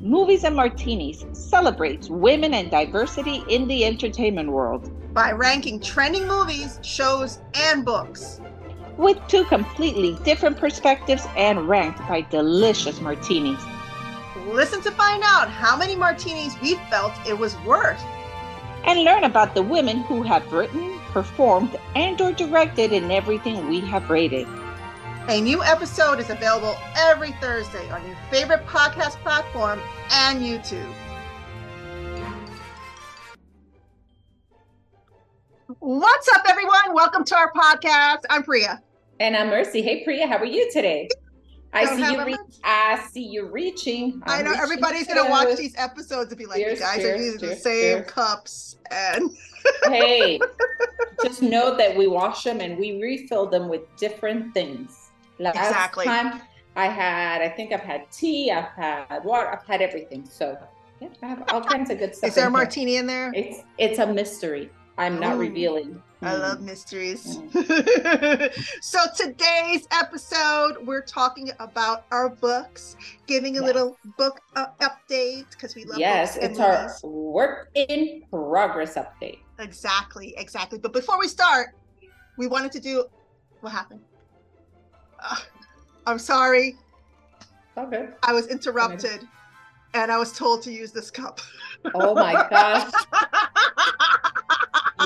Movies and Martinis celebrates women and diversity in the entertainment world by ranking trending movies, shows, and books. with two completely different perspectives and ranked by delicious martinis. Listen to find out how many martinis we felt it was worth. And learn about the women who have written, performed, and or directed in everything we have rated. A new episode is available every Thursday on your favorite podcast platform and YouTube. What's up, everyone? Welcome to our podcast. I'm Priya. And I'm Mercy. Hey Priya, how are you today? I Don't see have you. a Re- much. I see you reaching. I I'm know reaching everybody's too. going to watch these episodes and be like, Cheers, you guys are cheers, using the cheers, same cheers. cups. And hey, just know that we wash them and we refill them with different things. Last Exactly. time I had, I think I've had tea, I've had water, I've had everything. So yeah, I have all kinds of good stuff. is there a in here. martini in there? It's it's a mystery. I'm not Ooh, revealing. I Mm. love mysteries. so today's episode, we're talking about our books, giving a Yes. little book uh, update because we love Yes, books and it's our movies. work in progress update. exactly, exactly. But before we start, we wanted to do what happened. Ugh, I'm sorry, Okay. I was interrupted, and I was told to use this cup. Oh my gosh.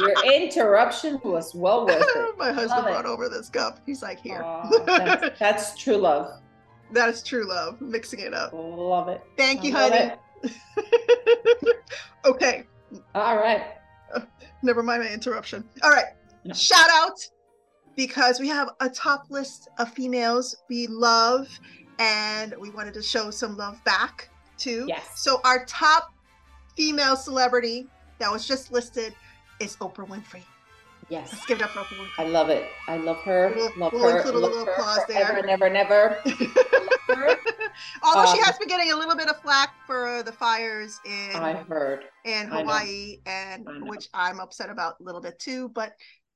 Your interruption was well worth it. My husband Love it. brought over this cup. He's like, here. Aw, that's, that's true love. that is true love. Mixing it up. Love it. Thank you, I love honey. it. okay, All right. never mind my interruption. All right, No. shout out because we have a top list of females we love and we wanted to show some love back too. Yes. So, our top female celebrity that was just listed is Oprah Winfrey. Let's Yes. give it up for Oprah Winfrey. I love it. I love her. We'll- Love we'll her. include a love little her applause forever there. and ever and ever. Love her. Although she Um, has been getting a little bit of flack for the fires in I heard. and I know. Hawaii, and I know. which I'm upset about a little bit too. But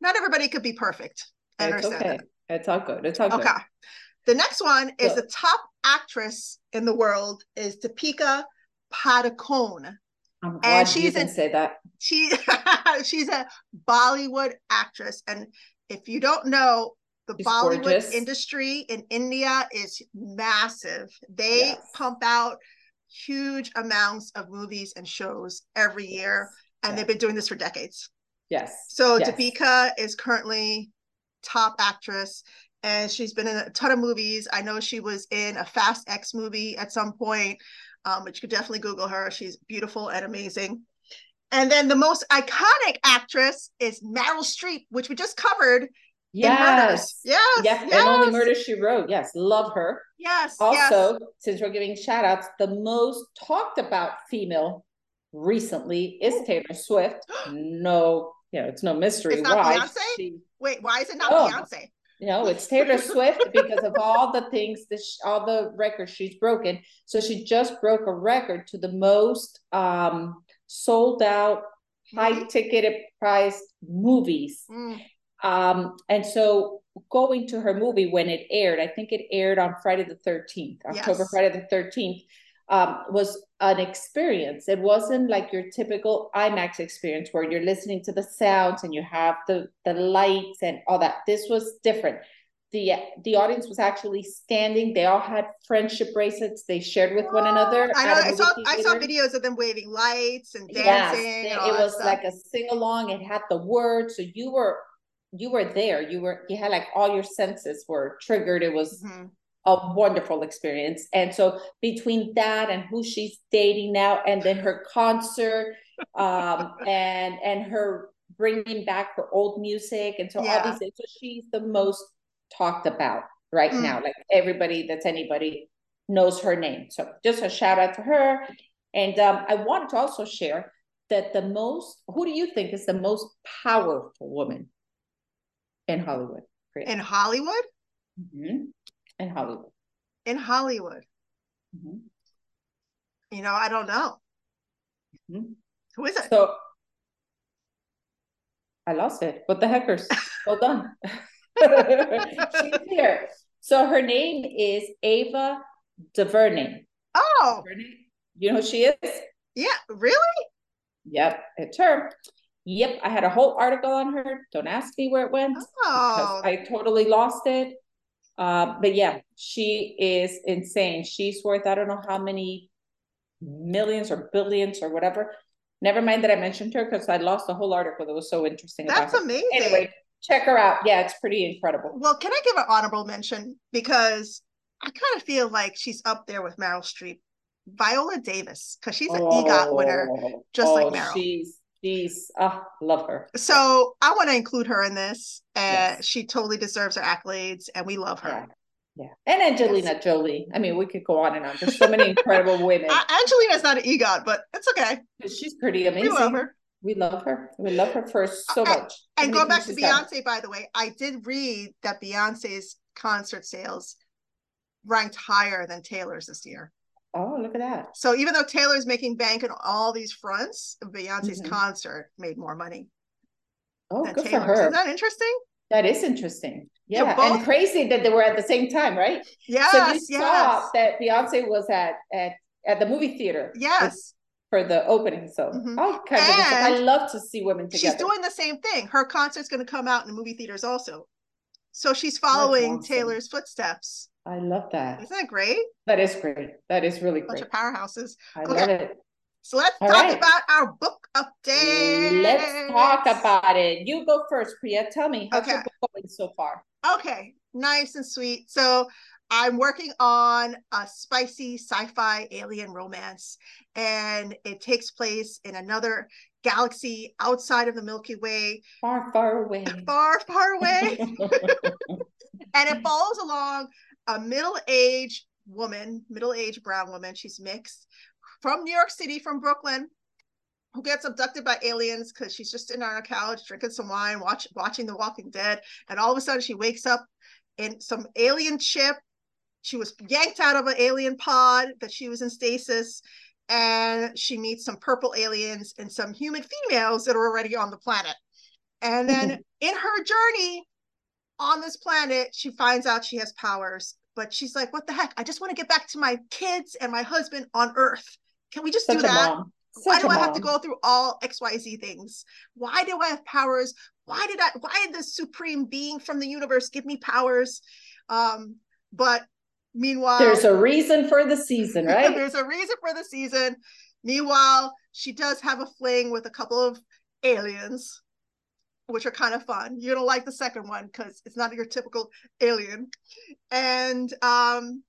not everybody could be perfect. I It's understand okay. It's all good. It's all that. good. Okay. The next one is So- the top actress in the world is Topeka Padukone. I'm glad you she's didn't an- say that. She she's a Bollywood actress, and if you don't know, the She's Bollywood gorgeous. industry in India is massive. They Yes. pump out huge amounts of movies and shows every year, and Yeah. they've been doing this for decades. Yes. So Yes. Topeka is currently top actress and she's been in a ton of movies. I know she was in a Fast X movie at some point, um, but you could definitely Google her. She's beautiful and amazing. And then the most iconic actress is Meryl Streep, which we just covered in Murders. Yes. Yes. Yes. yes. And only murder she wrote. Yes. Love her. Yes. yes. Also, since we're giving shout outs, the most talked about female recently is Taylor Swift. No, you know, it's no mystery It's not why. Beyonce? She, Wait, why is it not Oh. Beyonce? you know, it's Taylor Swift because of all the things, that sh all the records she's broken. So she just broke a record to the most um, sold out, high ticketed priced movies. Mm, Um, and so going to her movie when it aired, I think it aired on Friday the 13th, October Yes. Friday the 13th, um, was an experience. It wasn't like your typical IMAX experience where you're listening to the sounds and you have the the lights and all that. This was different. The the audience was actually standing. They all had friendship bracelets they shared with one another. I know. at a I saw movie I saw theater. videos of them waving lights and dancing. Yes, and it all it that was stuff. like a sing along. It had the words, so you were you were there. You were you had like all your senses were triggered. It was Mhm. a wonderful experience. And so between that and who she's dating now, and then her concert, um, and and her bringing back her old music, and so all Yeah. these things. So she's the most talked about right Mm. now. Like everybody that's anybody knows her name. So just a shout out to her. And um, I wanted to also share that the most. Who do you think is the most powerful woman in Hollywood? Priya? in Hollywood. Mhm. in Hollywood. In Hollywood. Mhm. You know, I don't know. Mhm. Who is it? So I lost it. What the heckers? Well done. She's here. So her name is Ava DuVernay. Oh, DuVernay? You know who she is? Yeah, really? Yep, it's her. Yep, I had a whole article on her. Don't ask me where it went. Oh, because I totally lost it. Uh, but yeah, she is insane. She's worth I don't know how many millions or billions or whatever. Never mind that I mentioned her because I lost the whole article that was so interesting. that's about her. amazing. Anyway, check her out. Yeah, it's pretty incredible. Well, can I give an honorable mention? Because I kind of feel like she's up there with Meryl Streep. Viola Davis, because she's an E EGOT winner. Oh, just like oh, Meryl. She's she's ah, love her. So I want to include her in this. And Yes. she totally deserves her accolades, and we love her. yeah. Yeah. And Angelina Jolie. I mean, we could go on and on. There's so many incredible women. Uh, Angelina's not an EGOT, but it's okay. She's pretty We amazing. love her. We love her. We love her for so I- much. And going back to Everything she's done. Beyonce, by the way, I did read that Beyonce's concert sales ranked higher than Taylor's this year. Oh, look at that. So even though Taylor's making bank on all these fronts, Beyonce's Mhm. concert made more money Oh, than good for Taylor's. her. Isn't that interesting? that is interesting. So Yeah. both- And crazy that they were at the same time, right? so you Yes, saw yes, that Beyonce was at at at the movie theater. with- yes. For the opening. So Mhm. all kinds of different- I And love to see women She's together. doing the same thing. Her concert's going to come out in movie theaters also. So she's following awesome. Taylor's footsteps. I love that. Isn't that great? That is great. That is really Bunch great. of powerhouses. I okay. love it. So let's All talk right. about our book update. Let's talk about it. You go first, Priya. Tell me how's your Okay. book going so far? Okay, nice and sweet. So I'm working on a spicy sci-fi alien romance, and it takes place in another galaxy outside of the Milky Way, Far, far away. far, far away. and it follows along a middle-aged woman, middle-aged brown woman. She's mixed from New York City, from Brooklyn, who gets abducted by aliens because she's just sitting on her couch drinking some wine, watch, watching The Walking Dead, and all of a sudden she wakes up in some alien ship. She was yanked out of an alien pod that she was in stasis. And she meets some purple aliens and some human females that are already on the planet. And then in her journey on this planet, she finds out she has powers, but she's like, what the heck? I just want to get back to my kids and my husband on Earth. Can we just Such do a that? mom. why Such do a I have to mom. go through all XYZ things? Why do I have powers? Why did I why did this supreme being from the universe give me powers? Um, but meanwhile There's a reason for the season, right? there's a reason for the season. Meanwhile, she does have a fling with a couple of aliens, which are kind of fun. You're gonna like the second one because it's not your typical alien. And um,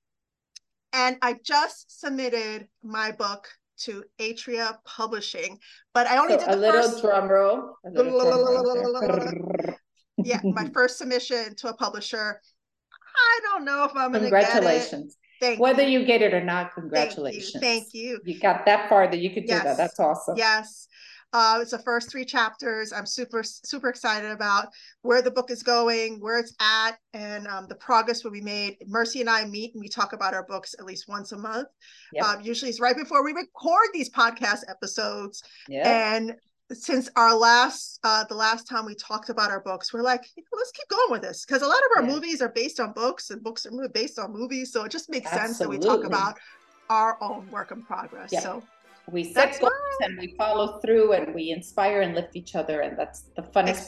and I just submitted my book to Atria Publishing, but I only So did a the little first. drum roll. a little drum roll. yeah, my first submission to a publisher. I don't know if I'm gonna get it. Congratulations. Thank Whether you. you get it or not, Thank you, congratulations. Thank you. You got that far that you could do Yes. that. That's awesome. Yes. Uh, it's the first three chapters. I'm super, super excited about where the book is going, where it's at, and um, the progress will be made. Mercy and I meet and we talk about our books at least once a month. Yep. Um, usually it's right before we record these podcast episodes. Yeah. And since our last, uh, the last time we talked about our books, we're like, "You know, let's keep going with this because a lot of our Yeah. movies are based on books and books are mo- based on movies. So it just makes sense that we talk Absolutely. about our own work in progress. Yep. So We set that's goals and we follow through and we inspire and lift each other. And that's the funnest part. Of it.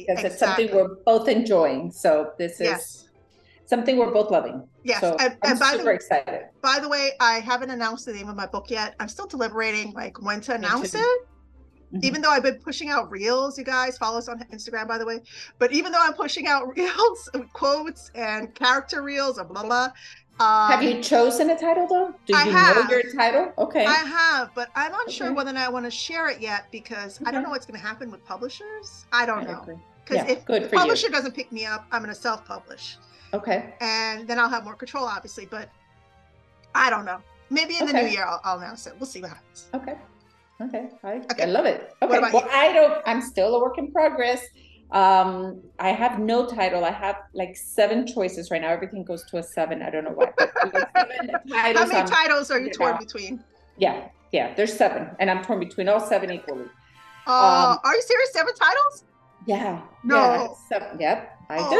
exactly. Because it's exactly. something we're both enjoying. So this is Yes. something we're both loving. Yes, So and, I'm and by super the excited. by the way, I haven't announced the name of my book yet. I'm still deliberating like when to announce too. it. Mhm. Even though I've been pushing out reels, you guys follow us on Instagram, by the way. But even though I'm pushing out reels, quotes, and character reels, and blah blah. Um, Have you chosen a title though? Do I you have. know your title? Okay. I have, but I'm not sure Okay. whether or not I want to share it yet because I don't Okay. know what's going to happen with publishers. I don't I know agree. because Yeah, if good the for you. publisher doesn't pick me up, I'm going to self-publish. Okay. and then I'll have more control, obviously. But I don't know. Maybe in the new Okay. year I'll, I'll announce it. We'll see what happens. Okay. Okay. I, Okay. I love it. Okay. about Well, you? I don't, I'm still a work in progress. Um, I have no title. I have like seven choices right now. Everything goes to a seven. I don't know why. But like seven How titles. many I'm- titles are you um, yeah. torn between? yeah. Yeah. There's seven. And I'm torn between all seven equally. Uh, Um, are you serious? Seven titles? Yeah. No. Yeah, seven. Yep. I Oh,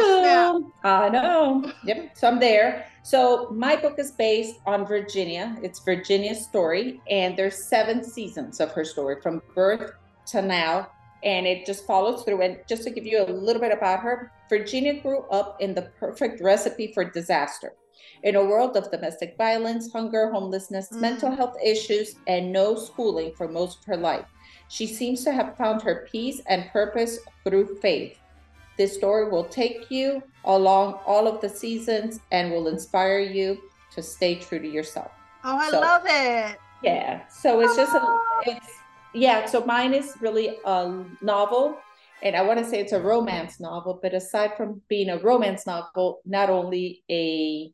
do. I know. Yep. So I'm there. So my book is based on Virginia. It's Virginia's story, and there's seven seasons of her story from birth to now, and it just follows through. And just to give you a little bit about her, Virginia grew up in the perfect recipe for disaster. In a world of domestic violence, hunger, homelessness, Mm. mental health issues, and no schooling for most of her life, she seems to have found her peace and purpose through faith. This story will take you along all of the seasons and will inspire you to stay true to yourself. Oh, I So- love it. Yeah. So it's just a, it's yeah. So mine is really a novel, and I want to say it's a romance novel. But aside from being a romance novel, not only a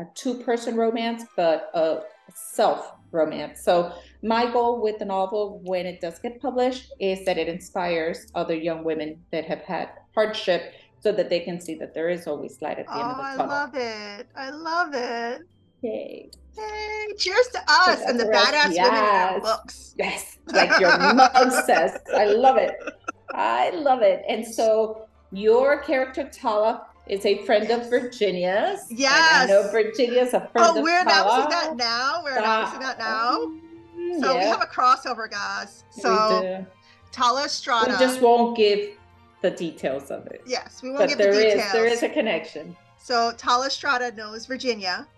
a two person romance, but a self romance. So my goal with the novel, when it does get published, is that it inspires other young women that have had hardship, so that they can see that there is always light at the Oh, end of the I tunnel. love it. I love it. Yay. Yay. Cheers to us and the that's right. badass women in our Yes. books. Yes, like your mom says. I love it. I love it. And so your character Tala is a friend of Virginia's. and Yes. I know Virginia's a friend Oh, of we're Tala. announcing that now. We're announcing that now. Mm, So we yeah, have a crossover, guys. we So do. Tala we, Estrada. just won't give the details of it. yes, we won't But give the there is details. there is a connection. So Tala Estrada knows Virginia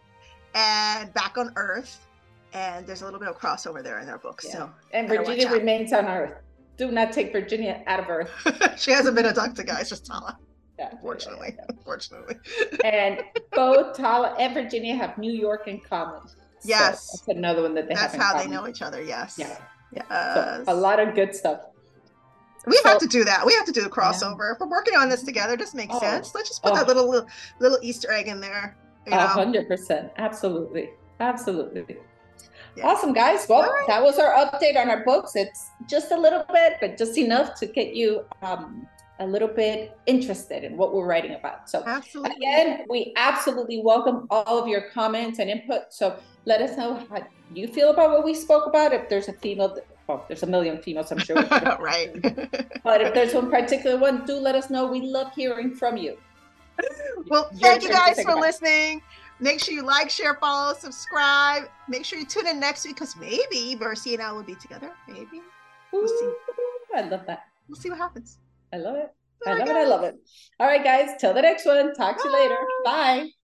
and back on Earth. And there's a little bit of crossover there in their books. Yeah. And Better watch Virginia out. remains on Earth. Do not take Virginia out of Earth. So she hasn't been abducted, guys, just Tala, Yeah. Unfortunately. unfortunately. and both Tala and Virginia have New York in common. So Yes. that's another one that they have. That's in how they common. know each other, yes. Yeah, Yes. so a lot of good stuff. We have So- to do that. We have to do the crossover. If we're working on this together, it just makes Oh. sense. Let's just put Oh. that little, little little Easter egg in there. You A know? hundred percent, absolutely, absolutely. Yeah. Awesome, guys. Well, All right. that was our update on our books. It's just a little bit, but just enough to get you um, a little bit interested in what we're writing about. So. Absolutely. Again, we absolutely welcome all of your comments and input. So let us know how you feel about what we spoke about. If there's a female, well, there's a million females, I'm sure. we could- right. but if there's one particular one, do let us know. We love hearing from you. Well, Your thank you turn to guys think for about it. listening. Make sure you like, share, follow, subscribe. Make sure you tune in next week because maybe Mercy and I will be together. Maybe. We'll see. Ooh, I love that. We'll see what happens. I love it. All I right, love it. I guys. love it. All right, guys. Till the next one. Talk to you later. Bye.